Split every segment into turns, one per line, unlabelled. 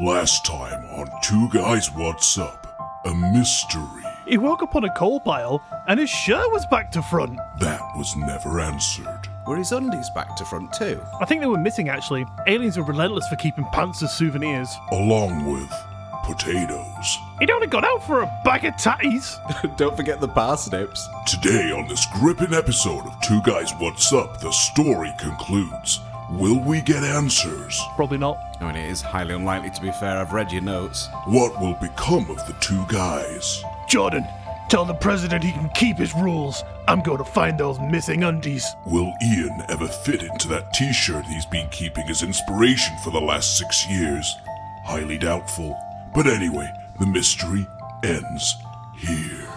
Last time on Two Guys What's Up, a mystery
He woke up on a coal pile and his shirt was back to front.
that was never answered.
Were his undies back to front too?
I think they were missing actually. Aliens are relentless for keeping pants as souvenirs.
Along with potatoes.
He'd only gone out for a bag of tatties.
Don't forget the parsnips.
Today on this gripping episode of Two Guys What's Up, the story concludes. Will we get answers?
Probably not.
I mean, it is highly unlikely to be fair. I've read your notes.
What will become of the two guys?
Jordan, tell the president he can keep his rules. I'm going to find those missing undies.
Will Ian ever fit into that t shirt he's been keeping as inspiration for the last six years? Highly doubtful. But anyway, the mystery ends here.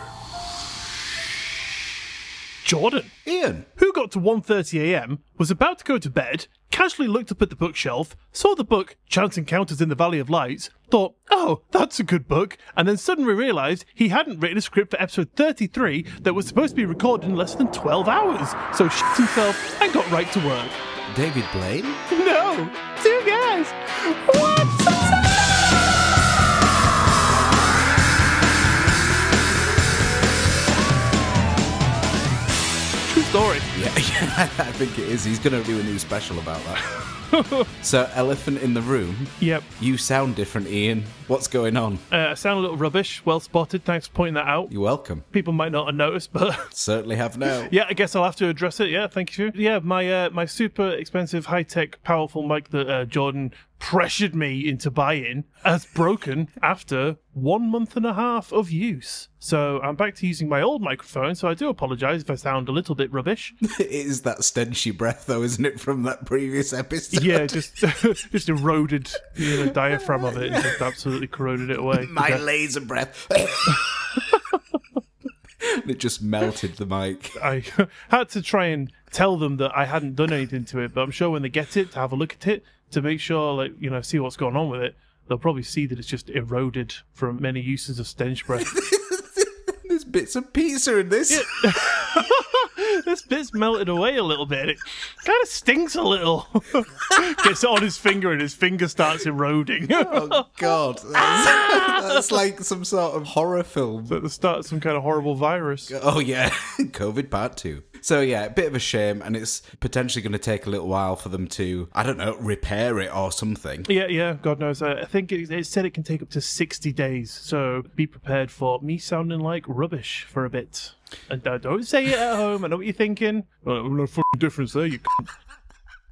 Jordan,
Ian!
who got to 1:30 a.m., was about to go to bed, casually looked up at the bookshelf, saw the book Chance Encounters in the Valley of Lights, thought, "Oh, that's a good book," and then suddenly realized he hadn't written a script for episode 33 that was supposed to be recorded in less than 12 hours. So shit himself and got right to work.
David Blaine?
No, two guys. What? True story.
Yeah, yeah, I think it is. He's going to do a new special about that. so, elephant in the room.
Yep.
You sound different, Ian. What's going on?
Uh, I sound a little rubbish. Well spotted. Thanks for pointing that out.
You're welcome.
People might not have noticed, but
Certainly have now.
yeah, I guess I'll have to address it. Yeah, thank you. Yeah, my uh, my super expensive, high tech, powerful mic that uh, Jordan pressured me into buying has broken after one month and a half of use. So I'm back to using my old microphone. So I do apologise if I sound a little bit rubbish.
It is that stenchy breath, though, isn't it, from that previous episode?
Yeah, just just eroded you know, the diaphragm of it and just absolutely corroded it away.
My
Okay.
laser breath. it just melted the mic.
I had to try and tell them that I hadn't done anything to it, but I'm sure when they get it to have a look at it to make sure, like you know, see what's going on with it, they'll probably see that it's just eroded from many uses of stench breath.
There's bits of pizza in this.
this bit's melted away a little bit. It kind of stinks a little. Gets it on his finger, and his finger starts eroding.
Oh God, that's, that's like some sort of horror film.
At the start, some kind of horrible virus.
Oh yeah, COVID part two. So yeah, a bit of a shame, and it's potentially going to take a little while for them to, I don't know, repair it or something.
Yeah, yeah, God knows. Uh, I think it, it said it can take up to 60 days, so be prepared for me sounding like rubbish for a bit. And uh, don't say it at home, I know what you're thinking. Well, no f***ing difference there, you cunt.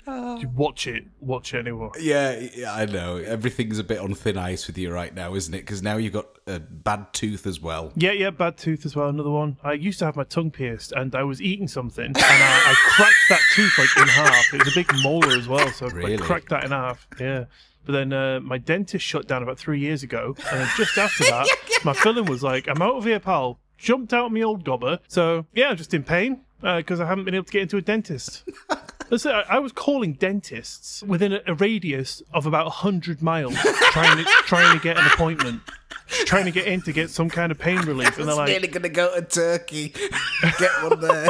You watch it, watch it anyway.
Yeah, yeah, I know. Everything's a bit on thin ice with you right now, isn't it? Because now you've got a bad tooth as well.
Yeah, yeah, bad tooth as well, another one. I used to have my tongue pierced, and I was eating something, and I, I cracked that tooth like in half. It was a big molar as well, so I
Really?
cracked that in half, yeah. But then uh, my dentist shut down about three years ago, and then just after that, my filling was like, "I'm out of here, pal." Jumped out of my old gobber, so yeah, I'm just in pain because I haven't been able to get into a dentist. Listen, I, I was calling dentists within a, a radius of about hundred miles, trying to trying to get an appointment, trying to get in to get some kind of pain relief, and they're
It's
like,
really going to go to Turkey. Get one there.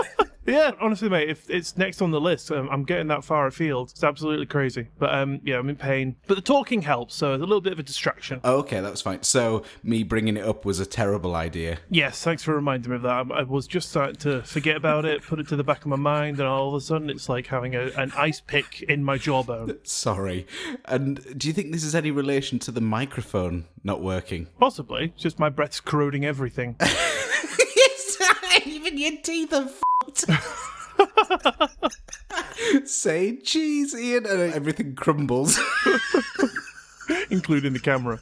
yeah, honestly, mate, if it's next on the list, um, I'm getting that far afield. It's absolutely crazy. But um, yeah, I'm in pain. But the talking helps, so it's a little bit of a distraction.
okay, that was fine. So me bringing it up was a terrible idea.
Yes, thanks for reminding me of that. I, I was just starting to forget about it, put it to the back of my mind, and all of a sudden it's like having a, an ice pick in my jawbone.
Sorry. And do you think this is any relation to the microphone not working?
Possibly, it's just my breath's corroding everything.
Even your teeth are fucked. Say cheese, Ian, and everything crumbles.
including the camera.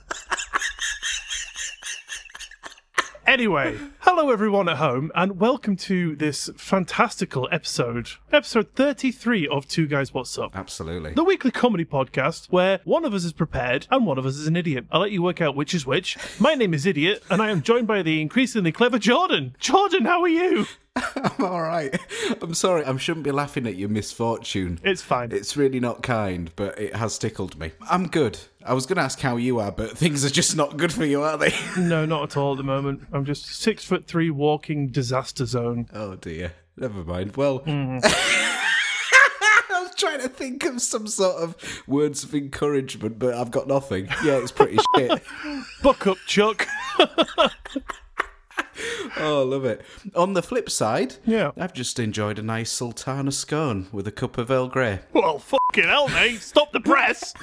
Anyway, hello everyone at home, and welcome to this fantastical episode, episode 33 of Two Guys What's Up,
Absolutely.
the weekly comedy podcast where one of us is prepared and one of us is an idiot. I'll let you work out which is which. My name is Idiot, and I am joined by the increasingly clever Jordan. Jordan, how are you?
I'm all right. I'm sorry. I shouldn't be laughing at your misfortune.
It's fine.
It's really not kind, but it has tickled me. I'm good. I was going to ask how you are, but things are just not good for you, are they?
No, not at all at the moment. I'm just six foot three walking disaster zone.
Oh dear. Never mind. Well, I was trying to think of some sort of words of encouragement, but I've got nothing. Yeah, it's pretty shit.
Buck up, Chuck.
Oh, love it. On the flip side,
Yeah.
I've just enjoyed a nice sultana scone with a cup of Earl Grey.
Well, fucking hell, mate. Stop the press.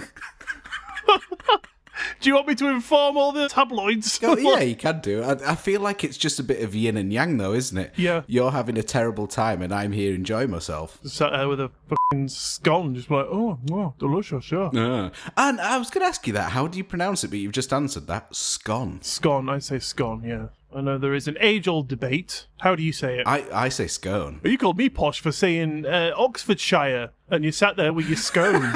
Do you want me to inform all the tabloids?
Oh, yeah, you can do. I, I feel like it's just a bit of yin and yang, though, isn't it?
Yeah.
You're having a terrible time, and I'm here enjoying myself.
Sat there with a fucking scone, just like, oh, wow, delicious, yeah.
Uh, and I was going to ask you that. How do you pronounce it? But you've just answered that. Scone.
Scone, I say scone, yeah. I know there is an age old debate. How do you say it?
I, I say scone.
you called me posh for saying uh, Oxfordshire, and you sat there with your scone.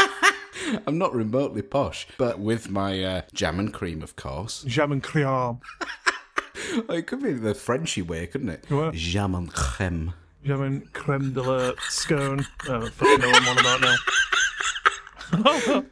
I'm not remotely posh, but with my uh, jam and cream, of course.
Jam and cream.
It could be the Frenchy way, couldn't it?
What?
Jam and creme.
Jam and creme de la scone. Oh, fucking know what I'm on about now.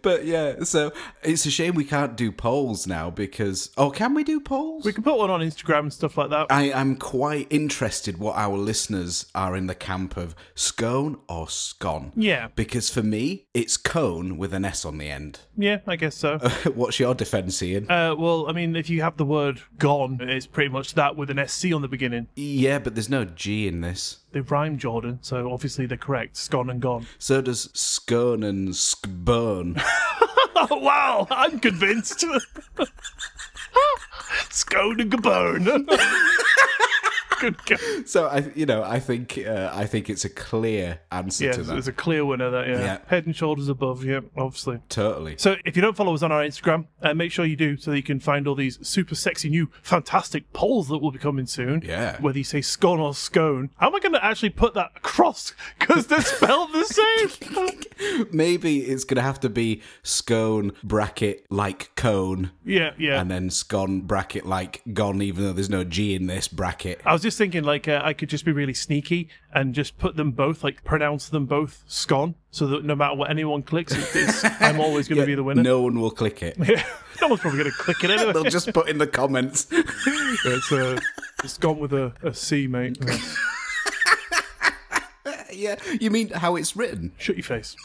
But yeah, so it's a shame we can't do polls now because. Oh, can we do polls?
We can put one on Instagram and stuff like that.
I am quite interested what our listeners are in the camp of scone or scone.
Yeah.
Because for me, it's cone with an S on the end.
Yeah, I guess so.
What's your defense, Ian?
Uh, well, I mean, if you have the word gone, it's pretty much that with an SC on the beginning.
yeah, but there's no G in this.
They rhyme Jordan, so obviously they're correct. Scone and gone.
So does scone and skburn.
Oh, wow! I'm convinced. Scone and gabone. Good guess.
so I, you know, I think uh, I think it's a clear answer
Yes,
to that.
there's a clear winner there, yeah.
Yeah.
Head and shoulders above, yeah, obviously.
Totally.
So if you don't follow us on our Instagram, uh, make sure you do so that you can find all these super sexy new fantastic polls that will be coming soon.
Yeah.
Whether you say scone or scone. How am I going to actually put that across? Because they're spelled the same.
Maybe it's gonna have to be scone bracket like cone,
yeah, yeah.
and then scone bracket like gone, even though there's no G in this bracket.
I was just thinking, like, uh, I could just be really sneaky and just put them both, like, pronounce them both scone, so that no matter what anyone clicks, it's, it's, I'm always going to be the winner.
No one will click it.
no one's probably going to click it anyway.
They'll just put in the comments.
it's, uh, it's gone with a, a C, mate. Yes.
yeah, you mean how it's written?
Shut your face.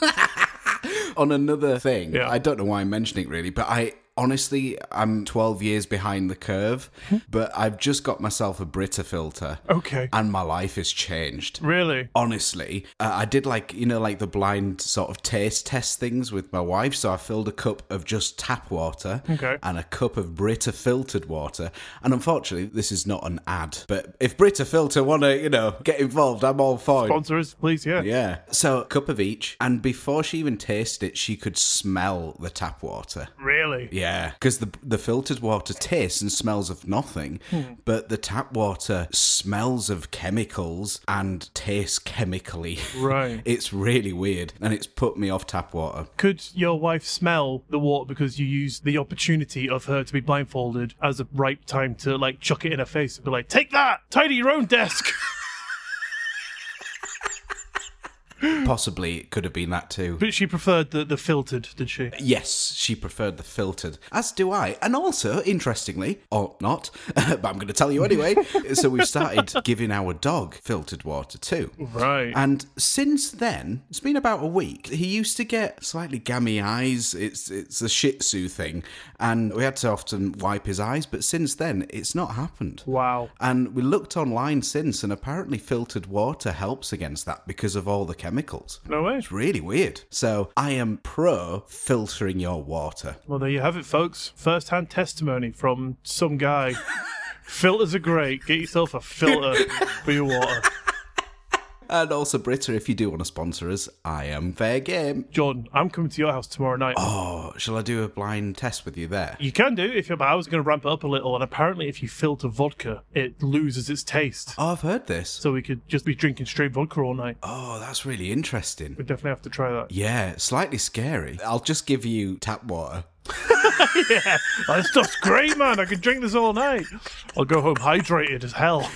On another thing,
Yeah.
I don't know why I'm mentioning it really, but I honestly, I'm 12 years behind the curve, but I've just got myself a Brita filter.
Hmm. Okay.
And my life has changed.
Really?
honestly uh, i did like you know like the blind sort of taste test things with my wife so i filled a cup of just tap water
Okay.
and a cup of brita filtered water and unfortunately this is not an ad but if brita filter want to you know get involved i'm all for it
Sponsor us, please, yeah.
yeah so a cup of each and before she even tasted it she could smell the tap water
Really?
yeah, because the the filtered water tastes and smells of nothing, but the tap water smells of chemicals and tastes chemically.
Right.
it's really weird, and it's put me off tap water.
Could your wife smell the water because you used the opportunity of her to be blindfolded as a ripe time to like chuck it in her face and be like, "Take that! Tidy your own desk."
Possibly it could have been that too.
but she preferred the the filtered, did she?
Yes, she preferred the filtered, as do I. And also, interestingly, or not, but I'm going to tell you anyway. so we've started giving our dog filtered water too.
Right.
And since then, it's been about a week. He used to get slightly gammy eyes. It's it's a Shih Tzu thing, and we had to often wipe his eyes. But since then, it's not happened.
wow.
And we looked online since, and apparently filtered water helps against that because of all the chemicals.
No way.
It's really weird. So I am pro filtering your water.
Well, there you have it, folks. First-hand testimony from some guy. Filters are great. Get yourself a filter for your water.
And also, Britta, if you do want to sponsor us, I am fair game.
Jordan, I'm coming to your house tomorrow night.
Oh, shall I do a blind test with you there?
You can do if you're. But I was going to ramp it up a little, and apparently, if you filter vodka, it loses its taste.
Oh, I've heard this.
so we could just be drinking straight vodka all night.
Oh, that's really interesting.
We definitely have to try that.
Yeah, slightly scary. I'll just give you tap water.
Oh, this stuff's great, man. I could drink this all night. I'll go home hydrated as hell.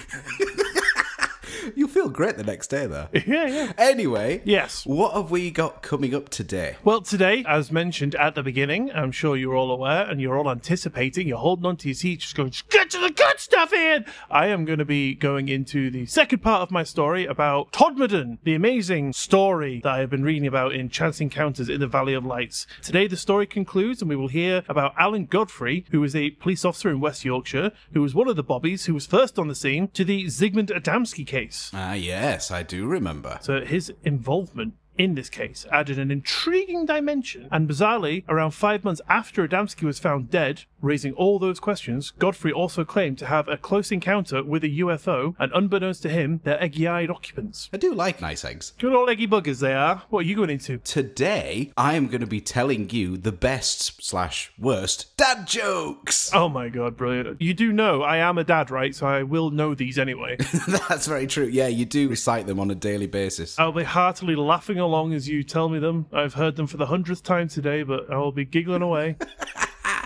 You'll feel great the next day, though.
yeah, yeah.
Anyway,
Yes.
what have we got coming up today?
Well, today, as mentioned at the beginning, I'm sure you're all aware and you're all anticipating. You're holding on to your seat, just going, "Just get to the good stuff in. I am going to be going into the second part of my story about Todmorden, the amazing story that I have been reading about in Chance Encounters in the Valley of Lights. Today, the story concludes, and we will hear about Alan Godfrey, who is a police officer in West Yorkshire, who was one of the bobbies who was first on the scene to the Zygmunt Adamski case.
Ah, yes, I do remember.
So his involvement in this case added an intriguing dimension. And bizarrely, around five months after Adamski was found dead, raising all those questions, Godfrey also claimed to have a close encounter with a UFO, and unbeknownst to him, their eggy eyed occupants.
I do like nice eggs.
Good old eggy buggers they are. What are you going into?
Today, I am going to be telling you the best slash worst dad jokes.
Oh my god, brilliant. You do know I am a dad, right? So I will know these anyway.
That's very true. Yeah, you do recite them on a daily basis.
I'll be heartily laughing along as you tell me them. I've heard them for the hundredth time today, but I will be giggling away.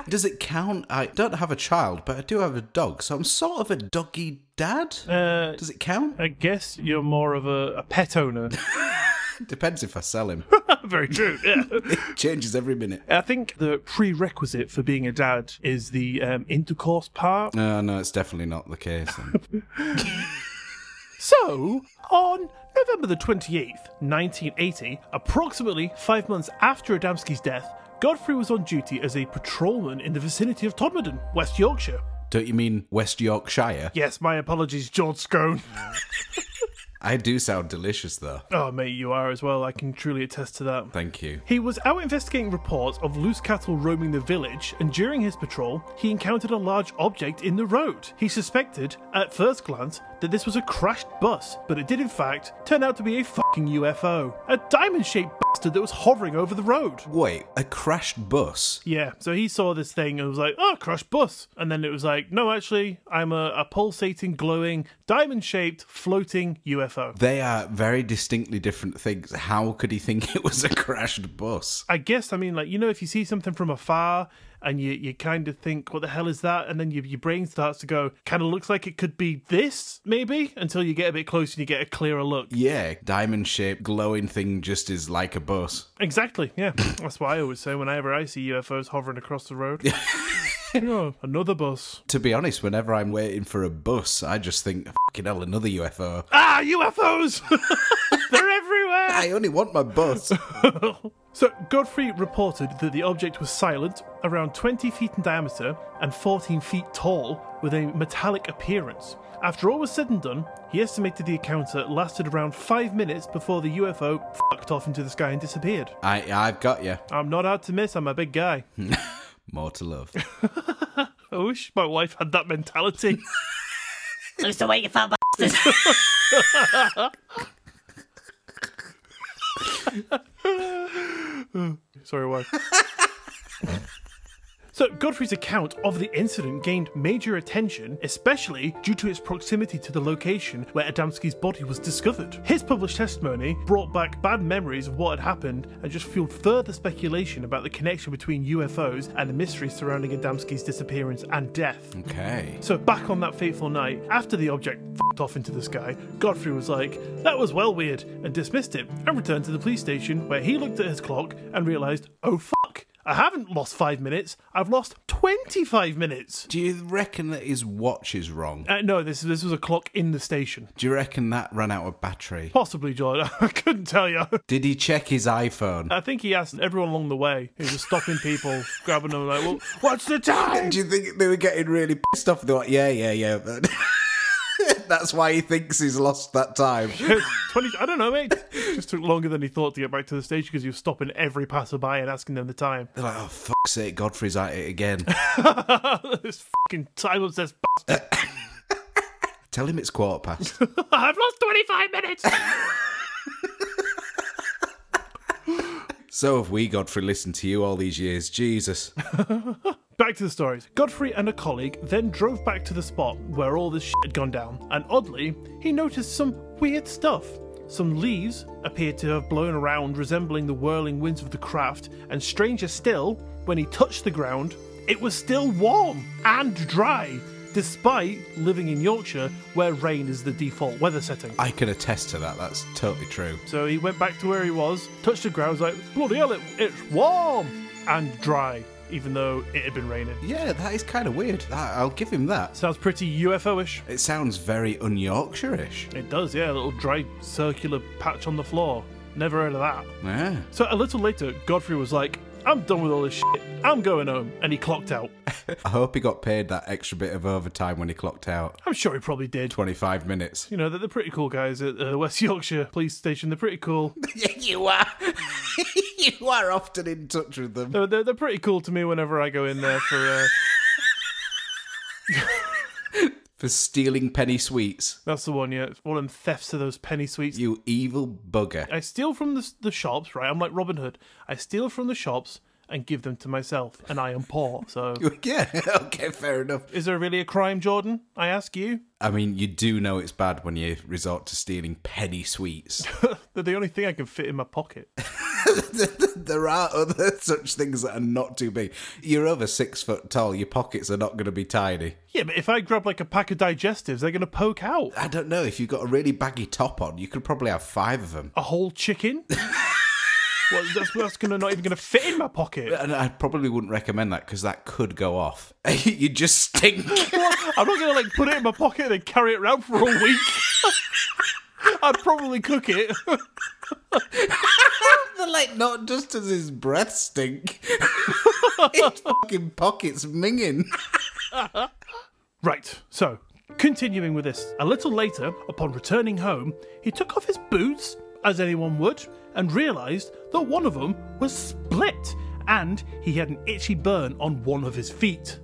Does it count? I don't have a child, but I do have a dog, so I'm sort of a doggy dad.
Uh,
Does it count?
I guess you're more of a, a pet owner.
Depends if I sell him.
Very true. Yeah.
Changes every minute.
I think the prerequisite for being a dad is the um, intercourse part.
No, no, it's definitely not the case. then.
So, on November the 28th, 1980, approximately five months after Adamski's death, Godfrey was on duty as a patrolman in the vicinity of Todmorden, West Yorkshire.
don't you mean West Yorkshire?
Yes, my apologies, George Scone.
I do sound delicious, though.
oh, mate, you are as well. I can truly attest to that.
Thank you.
He was out investigating reports of loose cattle roaming the village, and during his patrol, he encountered a large object in the road. He suspected, at first glance, that this was a crashed bus, but it did in fact turn out to be a fucking UFO. A diamond shaped bastard that was hovering over the road.
Wait, a crashed bus?
Yeah, so he saw this thing and was like, oh, crashed bus. And then it was like, no, actually, I'm a, a pulsating, glowing, diamond shaped, floating UFO.
They are very distinctly different things. How could he think it was a crashed bus?
I guess I mean like you know if you see something from afar and you you kind of think what the hell is that and then your your brain starts to go kind of looks like it could be this maybe until you get a bit closer and you get a clearer look.
Yeah, diamond shaped, glowing thing just is like a bus.
Exactly. Yeah. That's what I always say whenever I see UFOs hovering across the road. oh, another bus.
To be honest, whenever I'm waiting for a bus, I just think, fucking hell, another UFO.
Ah, UFOs. They're everywhere.
I only want my bus.
So, Godfrey reported that the object was silent, around 20 feet in diameter and 14 feet tall, with a metallic appearance. After all was said and done, he estimated the encounter lasted around five minutes before the UFO fucked off into the sky and disappeared.
I, I've got you.
I'm not hard to miss, I'm a big guy.
More to love.
I wish my wife had that mentality.
Lose the weight, you fat bastard.
Sorry, wife. So, Godfrey's account of the incident gained major attention, especially due to its proximity to the location where Adamski's body was discovered. His published testimony brought back bad memories of what had happened and just fueled further speculation about the connection between UFOs and the mystery surrounding Adamski's disappearance and death.
Okay.
So, back on that fateful night, after the object fed off into the sky, Godfrey was like, that was well weird, and dismissed it and returned to the police station where he looked at his clock and realised, oh fuck, I haven't lost five minutes, I've lost 25 minutes.
Do you reckon that his watch is wrong?
Uh, no, this, this was a clock in the station.
Do you reckon that ran out of battery?
Possibly, John. I couldn't tell you.
Did he check his iPhone?
I think he asked everyone along the way who was stopping people, grabbing them, like, well, what's the time?
Do you think they were getting really pissed off? They're like, yeah, yeah, yeah. but- That's why he thinks he's lost that time.
20, I don't know, mate. It just took longer than he thought to get back to the station because he was stopping every passerby and asking them the time.
They're like, oh, fuck's sake, Godfrey's at it again.
this fucking time obsessed
Tell him it's quarter past.
bastard. I've lost 25 minutes.
so have we, Godfrey, listened to you all these years. Jesus.
back to the stories. Godfrey and a colleague then drove back to the spot where all this shit had gone down, and oddly, he noticed some weird stuff. Some leaves appeared to have blown around, resembling the whirling winds of the craft, and stranger still, when he touched the ground, it was still warm and dry. despite living in Yorkshire, where rain is the default weather setting.
I can attest to that. That's totally true.
So he went back to where he was, touched the ground, was like, bloody hell, it, it's warm and dry, even though it had been raining.
Yeah, that is kind of weird. That, I'll give him that.
Sounds pretty UFO ish.
It sounds very un Yorkshire-ish.
It does, yeah, a little dry circular patch on the floor. Never heard of that.
Yeah.
So a little later, Godfrey was like, I'm done with all this shit. I'm going home. And he clocked out.
I hope he got paid that extra bit of overtime when he clocked out.
I'm sure he probably did.
25 minutes.
You know, they're, they're pretty cool guys at uh, West Yorkshire Police Station. They're pretty cool.
you are. you are often in touch with them.
They're, they're, they're pretty cool to me whenever I go in there for. Uh,
For stealing penny sweets.
that's the one, yeah. It's one of them thefts of those penny sweets.
You evil bugger.
I steal from the, the shops, right? I'm like Robin Hood. I steal from the shops and give them to myself, and I am poor. So,
yeah, okay, fair enough.
is there really a crime, Jordan? I ask you.
I mean, you do know it's bad when you resort to stealing penny sweets.
They're the only thing I can fit in my pocket.
there are other such things that are not too big. You're over six foot tall, your pockets are not going to be tiny.
Yeah, but if I grab like a pack of digestives, they're going to poke out.
I don't know, if you've got a really baggy top on, you could probably have five of them.
A whole chicken? well, that's, that's gonna not even going to fit in my pocket.
And I probably wouldn't recommend that because that could go off. you just stink.
I'm not going to like put it in my pocket and then carry it around for a week. I'd probably cook it.
They're like, not just does his breath stink, his fucking pockets minging.
Right, so continuing with this, a little later, upon returning home, he took off his boots, as anyone would, and realised that one of them was split and he had an itchy burn on one of his feet.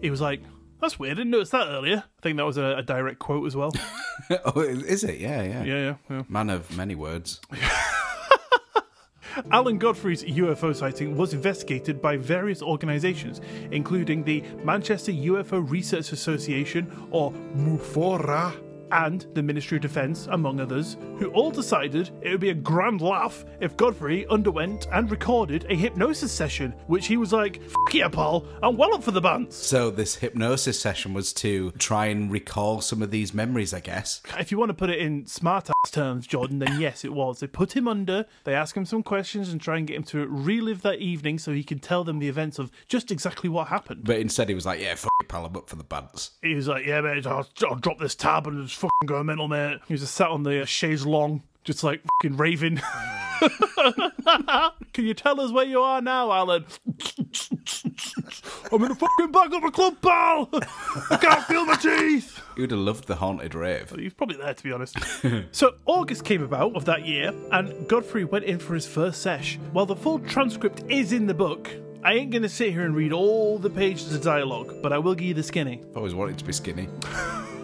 He was like, That's weird, I didn't notice that earlier. I think that was a, a direct quote as well.
oh, is it? Yeah, yeah,
yeah, yeah, yeah.
Man of many words.
Alan Godfrey's UFO sighting was investigated by various organisations, including the Manchester UFO Research Association, or MUFORA, and the Ministry of Defence, among others, who all decided it would be a grand laugh if Godfrey underwent and recorded a hypnosis session, which he was like, F yeah, Paul, I'm well up for the bands.
So this hypnosis session was to try and recall some of these memories, I guess.
If you want to put it in smart ass terms, Jordan, then yes, it was. They put him under, they ask him some questions and try and get him to relive that evening so he can tell them the events of just exactly what happened.
But instead, he was like, "Yeah, f- it, pal, I'm up for the bants."
He was like, "Yeah, mate, I'll, I'll drop this tab and just fucking go mental, mate." He was just sat on the uh, chaise long, just like fucking raving. Can you tell us where you are now, Alan? I'm in a fucking back of the club, pal. I can't feel my teeth.
You'd have loved the haunted rave.
He was probably there, to be honest. so August came about of that year, and Godfrey went in for his first sesh. While the full transcript is in the book, I ain't gonna sit here and read all the pages of dialogue, but I will give you the skinny.
Always wanted to be skinny.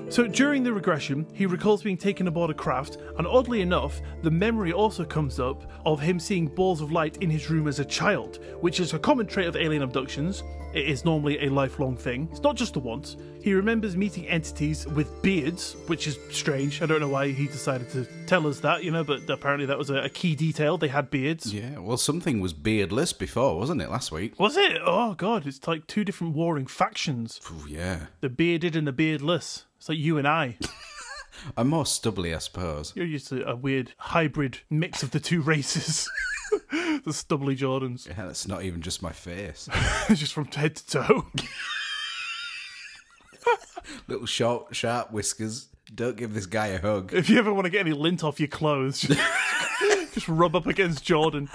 So during the regression, he recalls being taken aboard a craft, and oddly enough, the memory also comes up of him seeing balls of light in his room as a child, which is a common trait of alien abductions. It is normally a lifelong thing, it's not just a once. He remembers meeting entities with beards, which is strange. I don't know why he decided to tell us that, you know, but apparently that was a, a key detail. They had beards.
Yeah, well, something was beardless before, wasn't it, last week?
Was it? Oh, God, it's like two different warring factions
Ooh, yeah.
the bearded and the beardless. It's like you and I.
I'm more stubbly, I suppose.
You're used to a weird hybrid mix of the two races. the stubbly Jordans.
Yeah, that's not even just my face.
Just from head to toe.
Little short, sharp whiskers. Don't give this guy a hug.
If you ever want to get any lint off your clothes, just, just rub up against Jordan.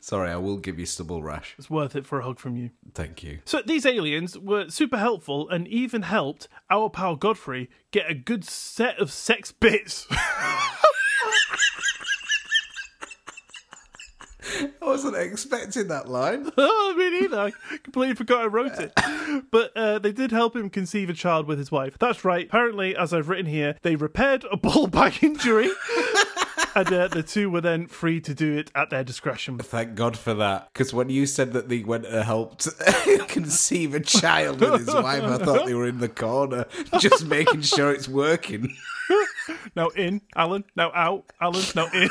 Sorry, I will give you stubble rash.
It's worth it for a hug from you.
Thank you.
So these aliens were super helpful and even helped our pal Godfrey get a good set of sex bits.
I wasn't expecting that line.
oh, me neither. I completely forgot I wrote it. But uh, they did help him conceive a child with his wife. That's right. Apparently, as I've written here, they repaired a ball bag injury. and uh, the two were then free to do it at their discretion.
Thank God for that. Because when you said that they went and helped conceive a child with his wife, I thought they were in the corner just making sure it's working.
Now in, Alan. Now out, Alan. Now in.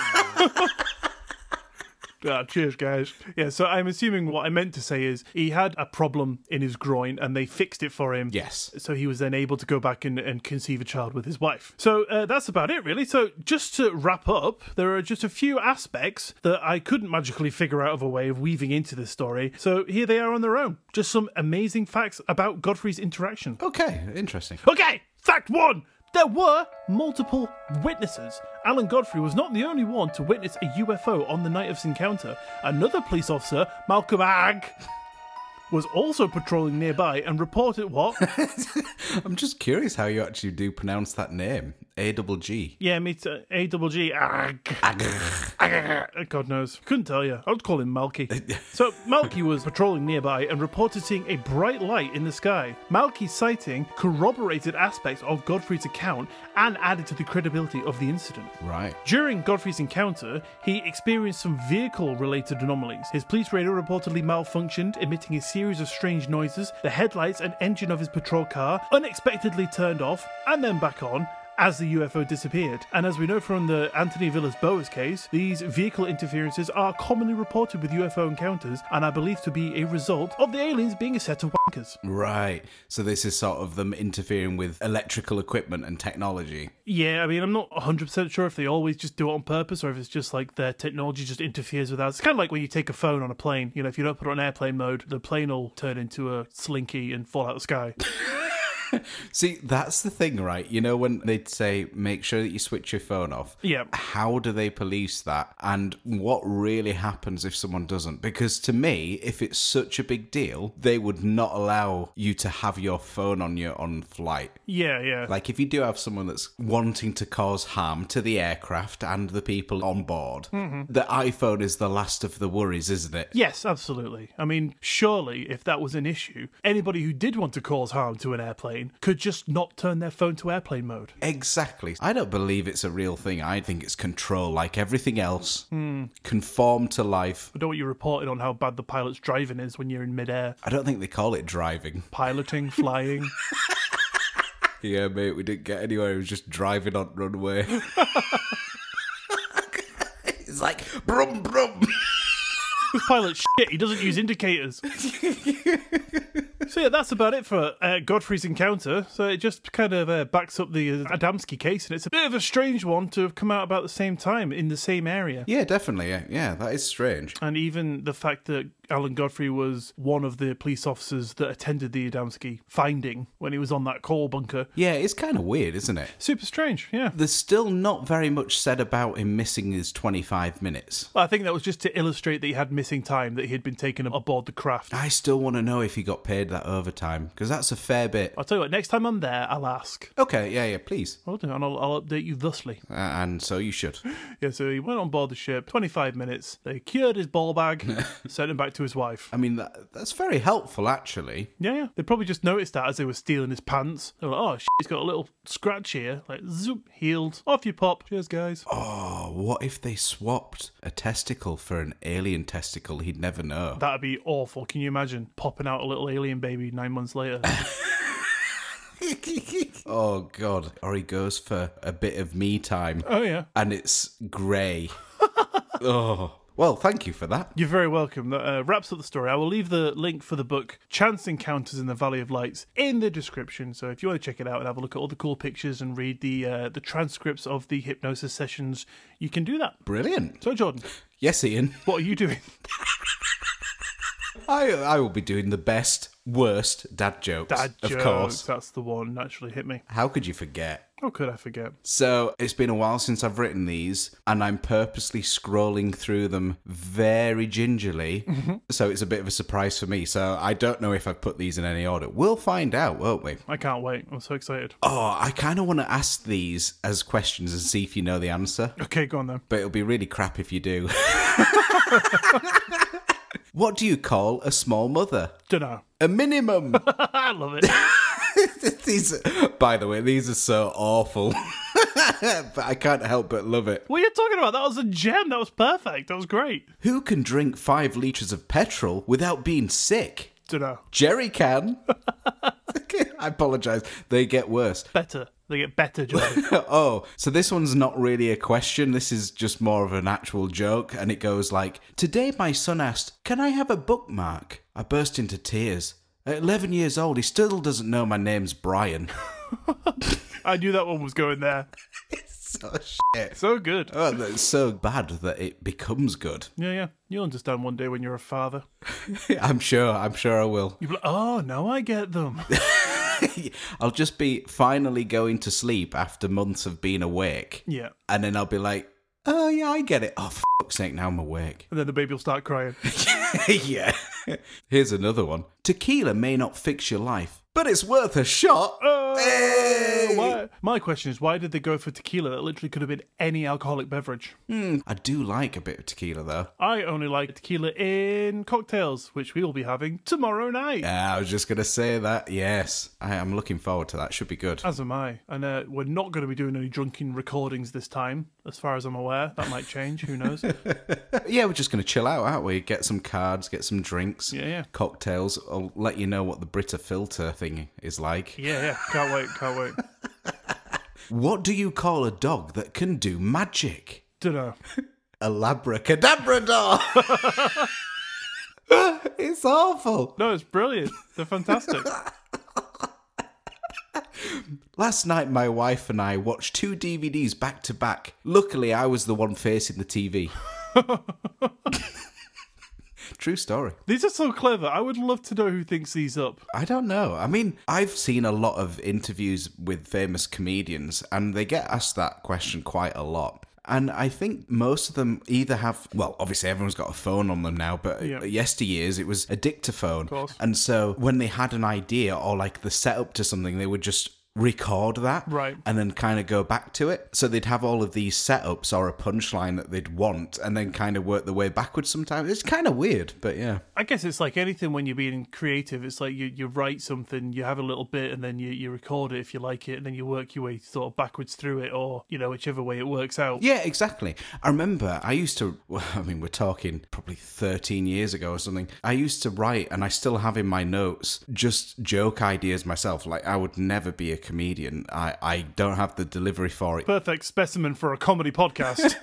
Ah, cheers, guys. Yeah, so I'm assuming what I meant to say is he had a problem in his groin and they fixed it for him.
Yes.
So he was then able to go back and, and conceive a child with his wife. So uh, that's about it, really. So just to wrap up, there are just a few aspects that I couldn't magically figure out of a way of weaving into this story. So here they are on their own. Just some amazing facts about Godfrey's interaction.
Okay, interesting.
Okay, fact one. There were multiple witnesses. Alan Godfrey was not the only one to witness a UFO on the night of his encounter. Another police officer, Malcolm Ag, was also patrolling nearby and reported what?
I'm just curious how you actually do pronounce that name. A double G.
yeah, me too. A double G. Ag. Uh, God knows. Couldn't tell you. I'd call him Malky. so Malky was patrolling nearby and reported seeing a bright light in the sky. Malky's sighting corroborated aspects of Godfrey's account and added to the credibility of the incident.
Right.
During Godfrey's encounter, he experienced some vehicle related anomalies. His police radio reportedly malfunctioned, emitting a series of strange noises. The headlights and engine of his patrol car unexpectedly turned off and then back on. As the UFO disappeared. And as we know from the Anthony Villas Boas case, these vehicle interferences are commonly reported with UFO encounters and are believed to be a result of the aliens being a set of wankers.
Right. So this is sort of them interfering with electrical equipment and technology.
Yeah, I mean, I'm not 100% sure if they always just do it on purpose or if it's just like their technology just interferes with us. It's kind of like when you take a phone on a plane. You know, if you don't put it on airplane mode, the plane will turn into a slinky and fall out of the sky.
See, that's the thing, right? You know when they'd say make sure that you switch your phone off.
Yeah.
How do they police that? And what really happens if someone doesn't? Because to me, if it's such a big deal, they would not allow you to have your phone on your on flight.
yeah, yeah.
Like if you do have someone that's wanting to cause harm to the aircraft and the people on board, the iPhone is the last of the worries, isn't it?
Yes, absolutely. I mean, surely if that was an issue, anybody who did want to cause harm to an airplane could just not turn their phone to airplane mode.
Exactly. I don't believe it's a real thing. I think it's control, like everything else. Conform to life.
I don't want you reporting on how bad the pilot's driving is when you're in midair,
I don't think they call it driving.
piloting, flying.
Yeah, mate, we didn't get anywhere. It was just driving on runway. it's like brum brum.
This pilot's shit. He doesn't use indicators. so yeah, that's about it for uh, Godfrey's encounter. So it just kind of uh, backs up the uh, Adamski case, and it's a bit of a strange one to have come out about the same time in the same area.
Yeah, definitely. Yeah, yeah, that is strange.
And even the fact that Alan Godfrey was one of the police officers that attended the Adamski finding when he was on that coal bunker.
Yeah, it's kind of weird, isn't it?
Super strange, yeah.
There's still not very much said about him missing his 25 minutes.
I think that was just to illustrate that he had missing time, that he had been taken aboard the craft.
I still want to know if he got paid that overtime, because that's a fair bit.
I'll tell you what, next time I'm there, I'll ask.
Okay, yeah, yeah, please.
I'll do, and I'll, I'll update you thusly.
Uh, and so you should.
Yeah, so he went on board the ship, 25 minutes. They cured his ball bag, sent him back to his wife.
I mean, that, that's very helpful, actually.
Yeah, yeah. They probably just noticed that as they were stealing his pants. They were like, oh, shit, he's got a little scratch here. Like, zoop, healed. Off you pop. Cheers, guys.
Oh, what if they swapped a testicle for an alien testicle? He'd never know.
That'd be awful. Can you imagine popping out a little alien baby nine months later?
oh, God. Or he goes for a bit of me time,
oh, yeah.
and it's grey. oh. Well, thank you for that.
You're very welcome. That uh, wraps up the story. I will leave the link for the book Chance Encounters in the Valley of Lights in the description. So if you want to check it out and have a look at all the cool pictures and read the uh, the transcripts of the hypnosis sessions, you can do that.
Brilliant.
So Jordan,
Yes, Ian.
what are you doing?
I, I will be doing the best, worst dad jokes.
Dad
of
jokes.
course.
That's the one. Naturally hit me.
How could you forget?
How could I forget?
So it's been a while since I've written these, and I'm purposely scrolling through them very gingerly. So it's a bit of a surprise for me. So I don't know if I've put these in any order. We'll find out, won't we?
I can't wait. I'm so excited.
Oh, I kind of want to ask these as questions and see if you know the answer,
Okay, go on then.
but it'll be really crap if you do. what do you call a small mother?
Dunno.
A minimum.
I love it.
these, by the way, these are so awful, but I can't help but love it.
what are you talking about? That was a gem. That was perfect. That was great.
Who can drink five litres of petrol without being sick?
Dunno.
Jerry can. I apologize. They get worse.
Better. They get better, Joe.
oh, so this one's not really a question. This is just more of an actual joke. And it goes like Today, my son asked, Can I have a bookmark? I burst into tears. At 11 years old, he still doesn't know my name's Brian.
I knew that one was going there.
oh, shit.
So good.
Oh, that's so bad that it becomes good.
Yeah, yeah. You'll understand one day when you're a father.
I'm sure. I'm sure I will.
You'll be like, oh, now I get them.
I'll just be finally going to sleep after months of being awake.
yeah.
And then I'll be like, oh, yeah, I get it. Oh, for fuck's sake, now I'm awake.
And then the baby will start crying.
yeah. Here's another one. Tequila may not fix your life, but it's worth a shot.
Oh,
Hey!
Why? My question is, why did they go for tequila? That literally could have been any alcoholic beverage.
I do like a bit of tequila, though.
I only like tequila in cocktails, which we will be having tomorrow night.
Yeah, Uh, I was just going to say that. Yes. I am looking forward to that. Should be good.
As am I. And uh, we're not going to be doing any drunken recordings this time, as far as I'm aware. That might change. Who knows?
Yeah, we're just going to chill out, aren't we? Get some cards, get some drinks,
Yeah, yeah.
cocktails. I'll let you know what the Brita filter thing is like.
Yeah, yeah. Can't wait. Can't wait.
What do you call a dog that can do magic?
Dunno.
A labracadabrador. it's awful.
No, it's brilliant. They're fantastic.
Last night, my wife and I watched two DVDs back to back. Luckily, I was the one facing the TV. True story.
These are so clever. I would love to know who thinks these up.
I don't know. I mean, I've seen a lot of interviews with famous comedians, and they get asked that question quite a lot. And I think most of them either have, well, obviously everyone's got a phone on them now, but
Yeah.
yesteryears it was a dictaphone.
course.
And so when they had an idea or like the setup to something, they would just record that
Right.
and then kind of go back to it. So they'd have all of these setups or a punchline that they'd want and then kind of work their way backwards sometimes. It's kind of weird, but yeah.
I guess it's like anything when you're being creative. It's like you, you write something, you have a little bit, and then you, you record it if you like it, and then you work your way sort of backwards through it, or, you know, whichever way it works out.
Yeah, exactly. I remember I used to, well, I mean, we're talking probably 13 years ago or something. I used to write, and I still have in my notes, just joke ideas myself. Like, I would never be a comedian. I, I don't have the delivery for it.
Perfect specimen for a comedy podcast.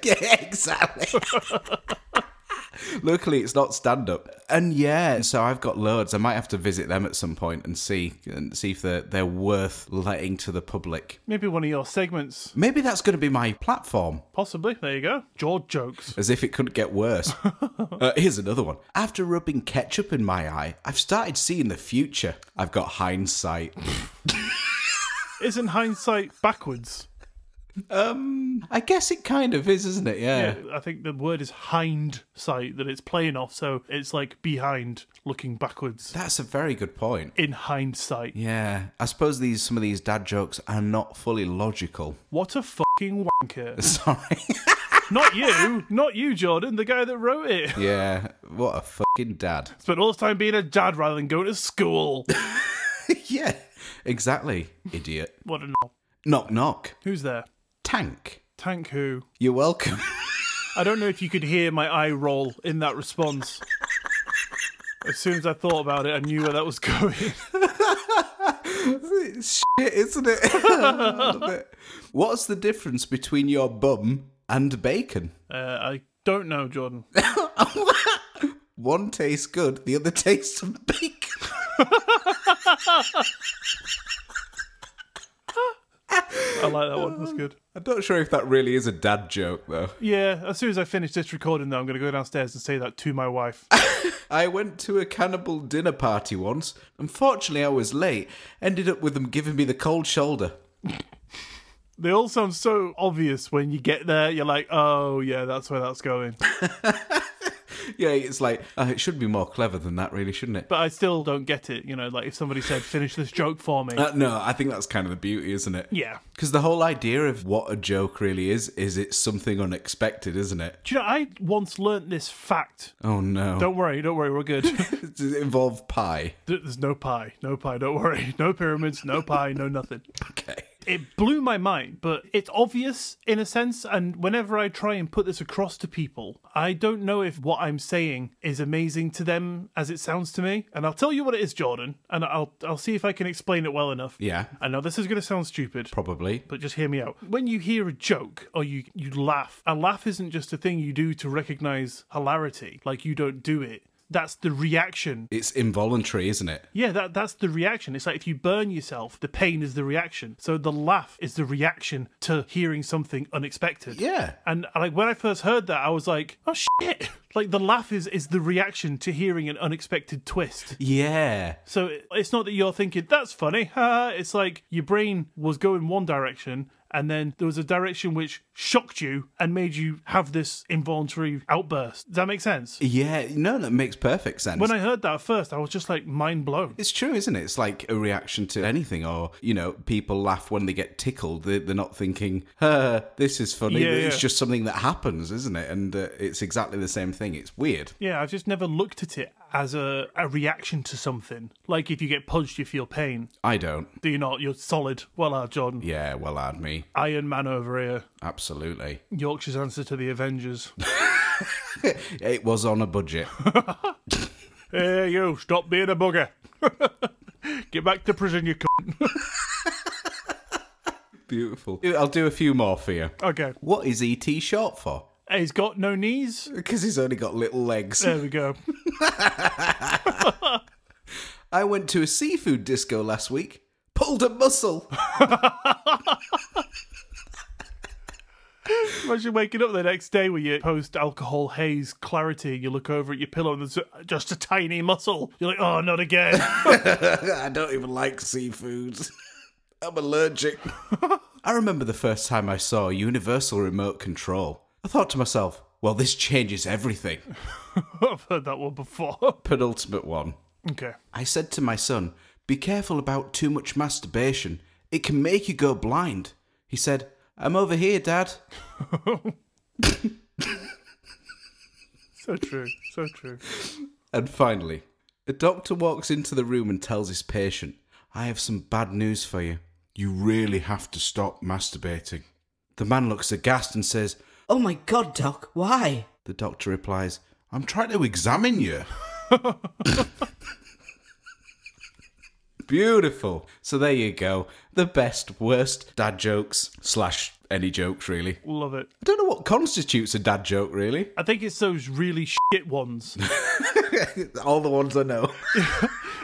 yeah, exactly. Luckily, it's not stand up. And yeah, so I've got loads. I might have to visit them at some point and see and see if they're, they're worth letting to the public.
Maybe one of your segments.
Maybe that's going to be my platform.
Possibly. There you go. Jaw jokes.
as if it couldn't get worse. uh, here's another one. After rubbing ketchup in my eye, I've started seeing the future. I've got hindsight.
Isn't hindsight backwards?
I guess it kind of is, isn't it? Yeah.
I think the word is hindsight, that it's playing off, so it's like behind, looking backwards.
That's a very good point.
In hindsight.
Yeah. I suppose these some of these dad jokes are not fully logical.
What a fucking wanker.
Sorry.
not you, not you, Jordan, the guy that wrote it.
yeah. What a fucking dad.
Spent all his time being a dad rather than going to school.
yeah. Exactly. Idiot.
what an
Knock knock.
Who's there?
Tank.
Tank who?
You're welcome.
I don't know if you could hear my eye roll in that response. As soon as I thought about it, I knew where that was going.
It's shit, isn't it? I love it? What's the difference between your bum and bacon?
Uh, I don't know, Jordan.
One tastes good, the other tastes of bacon.
I like that one. That's good.
I'm not sure if that really is a dad joke, though.
Yeah, as soon as I finish this recording, though, I'm going to go downstairs and say that to my wife.
I went to a cannibal dinner party once. Unfortunately, I was late. Ended up with them giving me the cold shoulder.
they all sound so obvious when you get there. You're like, oh, yeah, that's where that's going.
Yeah, it's like, uh, it should be more clever than that, really, shouldn't it?
But I still don't get it. You know, like if somebody said, finish this joke for me.
Uh, no, I think that's kind of the beauty, isn't it?
yeah.
Because the whole idea of what a joke really is, is it's something unexpected, isn't it?
Do you know, I once learnt this fact.
Oh, no.
Don't worry, don't worry, we're good. Th-
Does it involve pie?
There's no pie, no pie, don't worry. No pyramids, no pie, no nothing.
Okay.
it blew my mind, but it's obvious in a sense. And whenever I try and put this across to people, I don't know if what I'm saying is amazing to them as it sounds to me. And I'll tell you what it is, Jordan, and I'll I'll see if I can explain it well enough.
Yeah.
I know this is going to sound stupid,
Probably.
but just hear me out. When you hear a joke or you, you laugh, a laugh isn't just a thing you do to recognize hilarity, like you don't do it. That's the reaction.
It's involuntary, isn't it?
Yeah, that, that's the reaction. It's like if you burn yourself, the pain is the reaction. So the laugh is the reaction to hearing something unexpected.
Yeah.
And uh, like when I first heard that, I was like, oh shit. Like the laugh is, is the reaction to hearing an unexpected twist.
Yeah.
So it- it's not that you're thinking that's funny. ha," it's like your brain was going one direction and then there was a direction which shocked you and made you have this involuntary outburst. Does that make sense?
Yeah. No, that makes perfect sense.
When I heard that at first, I was just like mind blown.
It's true, isn't it? It's like a reaction to anything, or you know, people laugh when they get tickled. They- They're not thinking, "Huh, this is funny."
Yeah,
it's
yeah.
just something that happens, isn't it? And uh, it's exactly the same thing. It's weird.
Yeah, I've just never looked at it as a, a reaction to something. Like if you get punched, you feel pain.
I don't.
Do you not? You're solid. Well, ah, John.
Yeah, well, add me
Iron Man over here.
absolutely.
Yorkshire's answer to the Avengers.
It was on a budget.
hey, you, stop being a bugger. get back to prison, you c-
Beautiful. I'll do a few more for you.
Okay.
What is ET short for?
He's got no knees.
Because he's only got little legs.
There we go.
I went to a seafood disco last week. Pulled a muscle.
Imagine waking up the next day with your post alcohol haze clarity. You look over at your pillow and there's just a tiny muscle. You're like, oh, not again.
I don't even like seafood. I'm allergic. I remember the first time I saw a universal remote control. I thought to myself, well, this changes everything.
I've heard that one before.
Penultimate one.
okay.
I said to my son, be careful about too much masturbation. It can make you go blind. He said, I'm over here, Dad.
So true. So true.
And finally, a doctor walks into the room and tells his patient, I have some bad news for you. You really have to stop masturbating. The man looks aghast and says,
Oh my god, Doc, why?
The doctor replies, I'm trying to examine you. Beautiful. So there you go. The best, worst dad jokes, slash any jokes, really. I
Love it.
don't know what constitutes a dad joke, really.
I think it's those really shit ones.
All the ones I know.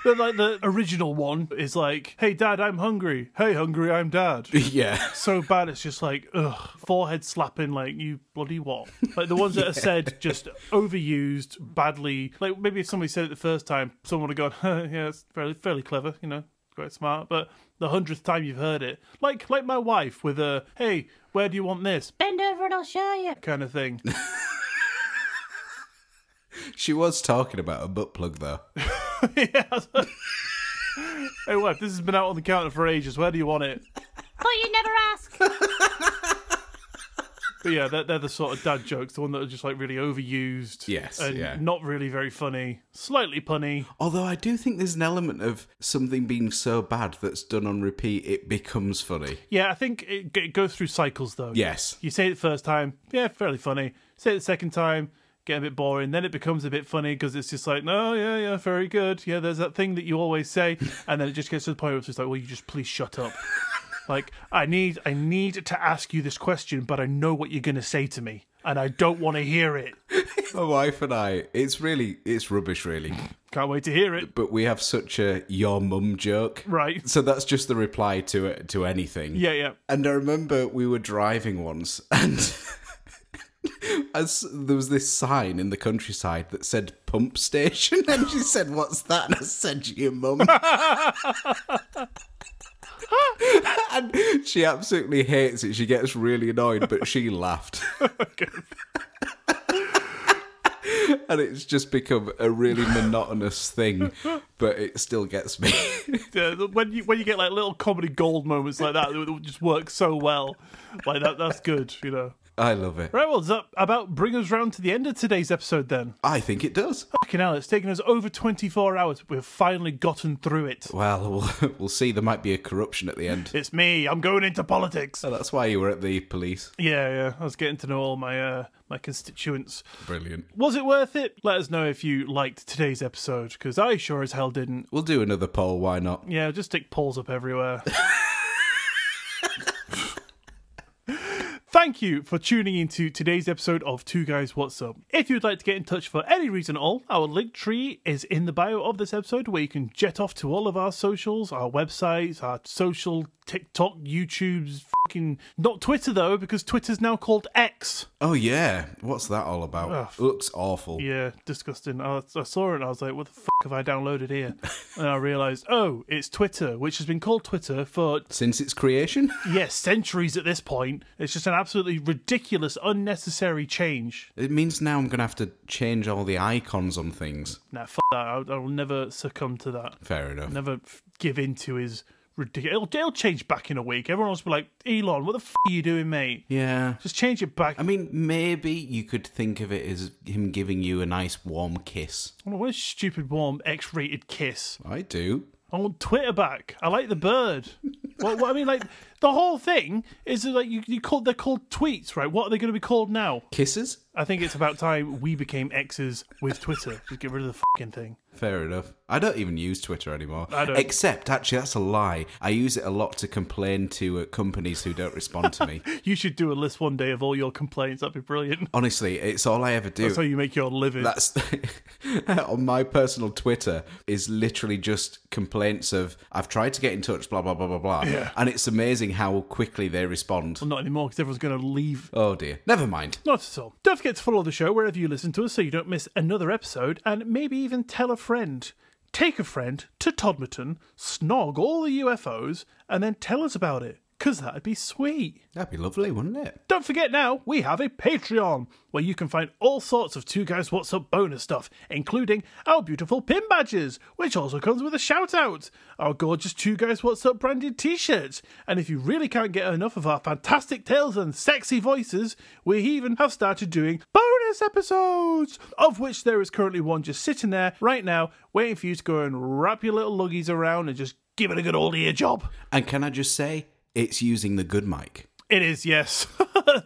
They're like the original one is like, hey, dad, I'm hungry. Hey, hungry, I'm dad.
yeah.
So bad, it's just like, ugh, forehead slapping, like, you bloody what? Like the ones that are said just overused, badly. Like maybe if somebody said it the first time, someone would have gone, yeah, it's fairly, fairly clever, you know, quite smart. But the hundredth time you've heard it, like, like my wife with a, hey, where do you want this?
Bend over and I'll show you.
kind of thing.
She was talking about a butt plug, though.
yeah. hey, wife, this has been out on the counter for ages. Where do you want it?
But you never ask.
But yeah, they're, they're the sort of dad jokes, the one that are just like really overused.
Yes,
And
yeah.
not really very funny, slightly punny.
Although I do think there's an element of something being so bad that's done on repeat, it becomes funny.
Yeah, I think it, g- it goes through cycles though.
Yes.
You say it the first time, yeah, fairly funny. Say it the second time, get a bit boring. Then it becomes a bit funny because it's just like, no, yeah, yeah, very good. Yeah, there's that thing that you always say, and then it just gets to the point where it's just like, well, you just please shut up. like, I need, I need to ask you this question, but I know what you're gonna say to me, and I don't want to hear it.
My wife and I, it's really, it's rubbish, really.
Can't wait to hear it.
But we have such a your mum joke.
Right.
So that's just the reply to it, to anything.
Yeah, yeah.
And I remember we were driving once and as there was this sign in the countryside that said pump station and she said, What's that? And I said, Your mum. and she absolutely hates it. She gets really annoyed, but she laughed. and it's just become a really monotonous thing, but it still gets me.
Yeah, the- uh, when you when you get like little comedy gold moments like that, that just work so well. Like that, that's good, you know.
I love it.
Right, well, does that about bring us round to the end of today's episode then?
I think it does.
Fucking hell, it's taken us over 24 hours. We've finally gotten through it.
Well, we'll, we'll see. There might be a corruption at the end.
It's me. I'm going into politics.
So that's why you were at the police.
Yeah, yeah. I was getting to know all my uh, my constituents.
Brilliant.
Was it worth it? Let us know if you liked today's episode, because I sure as hell didn't.
We'll do another poll. Why not?
Yeah, just stick polls up everywhere. Thank you for tuning into today's episode of Two Guys What's Up. If you'd like to get in touch for any reason at all, our link tree is in the bio of this episode where you can jet off to all of our socials, our websites, our social, TikTok, YouTube's, fucking. Not Twitter though, because Twitter's now called X.
Oh yeah. What's that all about? Looks awful.
Yeah, disgusting. I, I saw it and I was like, what the fuck have I downloaded here? And I realised, oh, it's Twitter, which has been called Twitter for,
Since its creation.
yeah, centuries at this point. It's just an absolutely ridiculous, unnecessary change.
It means now I'm going to have to change all the icons on things.
Nah, f that. I'll, I'll never succumb to that.
Fair enough.
Never f- give in to his ridiculous. It'll, it'll change back in a week. Everyone else will be like, Elon, what the f are you doing, mate?
Yeah.
Just change it back.
I mean, maybe you could think of it as him giving you a nice warm kiss.
I want a stupid, warm, X rated kiss.
I do.
I want Twitter back. I like the bird. what, what I mean, like, the whole thing is that, like, you, you called, they're called tweets, right? What are they going to be called now?
Kisses?
I think it's about time we became X's with Twitter. Just get rid of the fucking thing.
Fair enough. I don't even use Twitter anymore.
I don't.
Except, actually, that's a lie. I use it a lot to complain to uh, companies who don't respond to me.
You should do a list one day of all your complaints. That'd be brilliant.
Honestly, it's all I ever do.
That's how you make your living.
That's on my personal Twitter is literally just complaints of I've tried to get in touch, blah blah blah blah blah,
Yeah.
and it's amazing how quickly they respond.
Not anymore because everyone's going to leave.
Oh dear, never mind.
Not at all. Don't forget to follow the show wherever you listen to us so you don't miss another episode and maybe even tell a friend. Take a friend to Todmerton, snog all the UFOs, and then tell us about it because that'd be sweet.
That'd be lovely, wouldn't it?
Don't forget now, we have a Patreon where you can find all sorts of Two Guys What's Up bonus stuff, including our beautiful pin badges, which also comes with a shout out, our gorgeous Two Guys What's Up branded t shirts, and if you really can't get enough of our fantastic tales and sexy voices, we even have started doing bonus episodes, of which there is currently one just sitting there right now, waiting for you to go and wrap your little luggies around and just give it a good old ear job.
And can I just say, it's using the good mic.
It is, yes.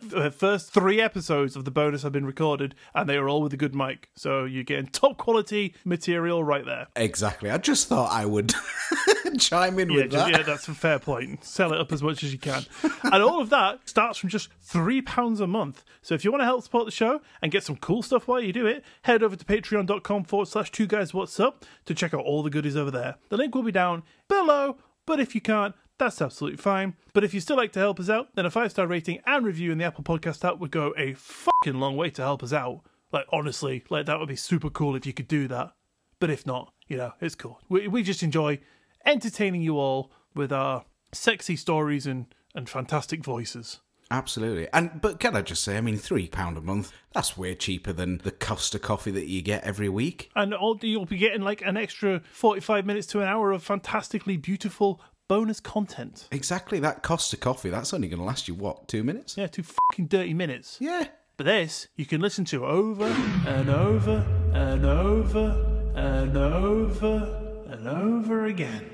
the first three episodes of the bonus have been recorded, and they are all with a good mic. So you're getting top quality material right there.
Exactly. I just thought I would chime in
Yeah,
with
just-
that.
yeah, that's a fair point. Sell it up as much as you can. And all of that starts from just £3 a month. So if you want to help support the show and get some cool stuff while you do it, head over to patreon.com forward slash two guys what's up to check out all the goodies over there. The link will be down below, but if you can't, that's absolutely fine. But if you still like to help us out, then a five star rating and review in the Apple Podcast app would go a fucking long way to help us out. Like, honestly, like that would be super cool if you could do that. But if not, you know, it's cool. We, we just enjoy entertaining you all with our sexy stories and, and fantastic voices.
Absolutely. And but can I just say, I mean, three pound a month. That's way cheaper than the cost of coffee that you get every week.
And all, you'll be getting like an extra 45 minutes to an hour of fantastically beautiful bonus content.
Exactly. That cost of coffee. That's only going to last you what two minutes?
Yeah, two fucking dirty minutes.
yeah.
But this you can listen to over and over and over and over and over again.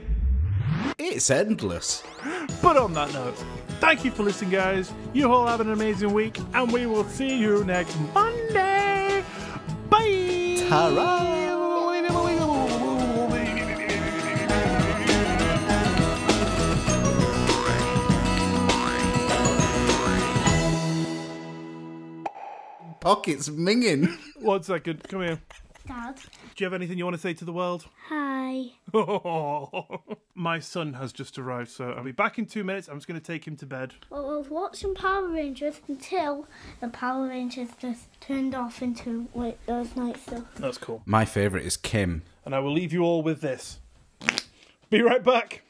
It's endless.
But on that note, thank you for listening, guys. You all have an amazing week, and we will see you next Monday. Bye.
Pockets minging.
One second, come here.
Dad.
Do you have anything you want to say to the world?
Hi.
My son has just arrived, so I'll be back in two minutes. I'm just going to take him to bed.
Well, I was watching Power Rangers until the Power Rangers just turned off into like those night stuff.
That's cool.
My favourite is Kim.
And I will leave you all with this. Be right back.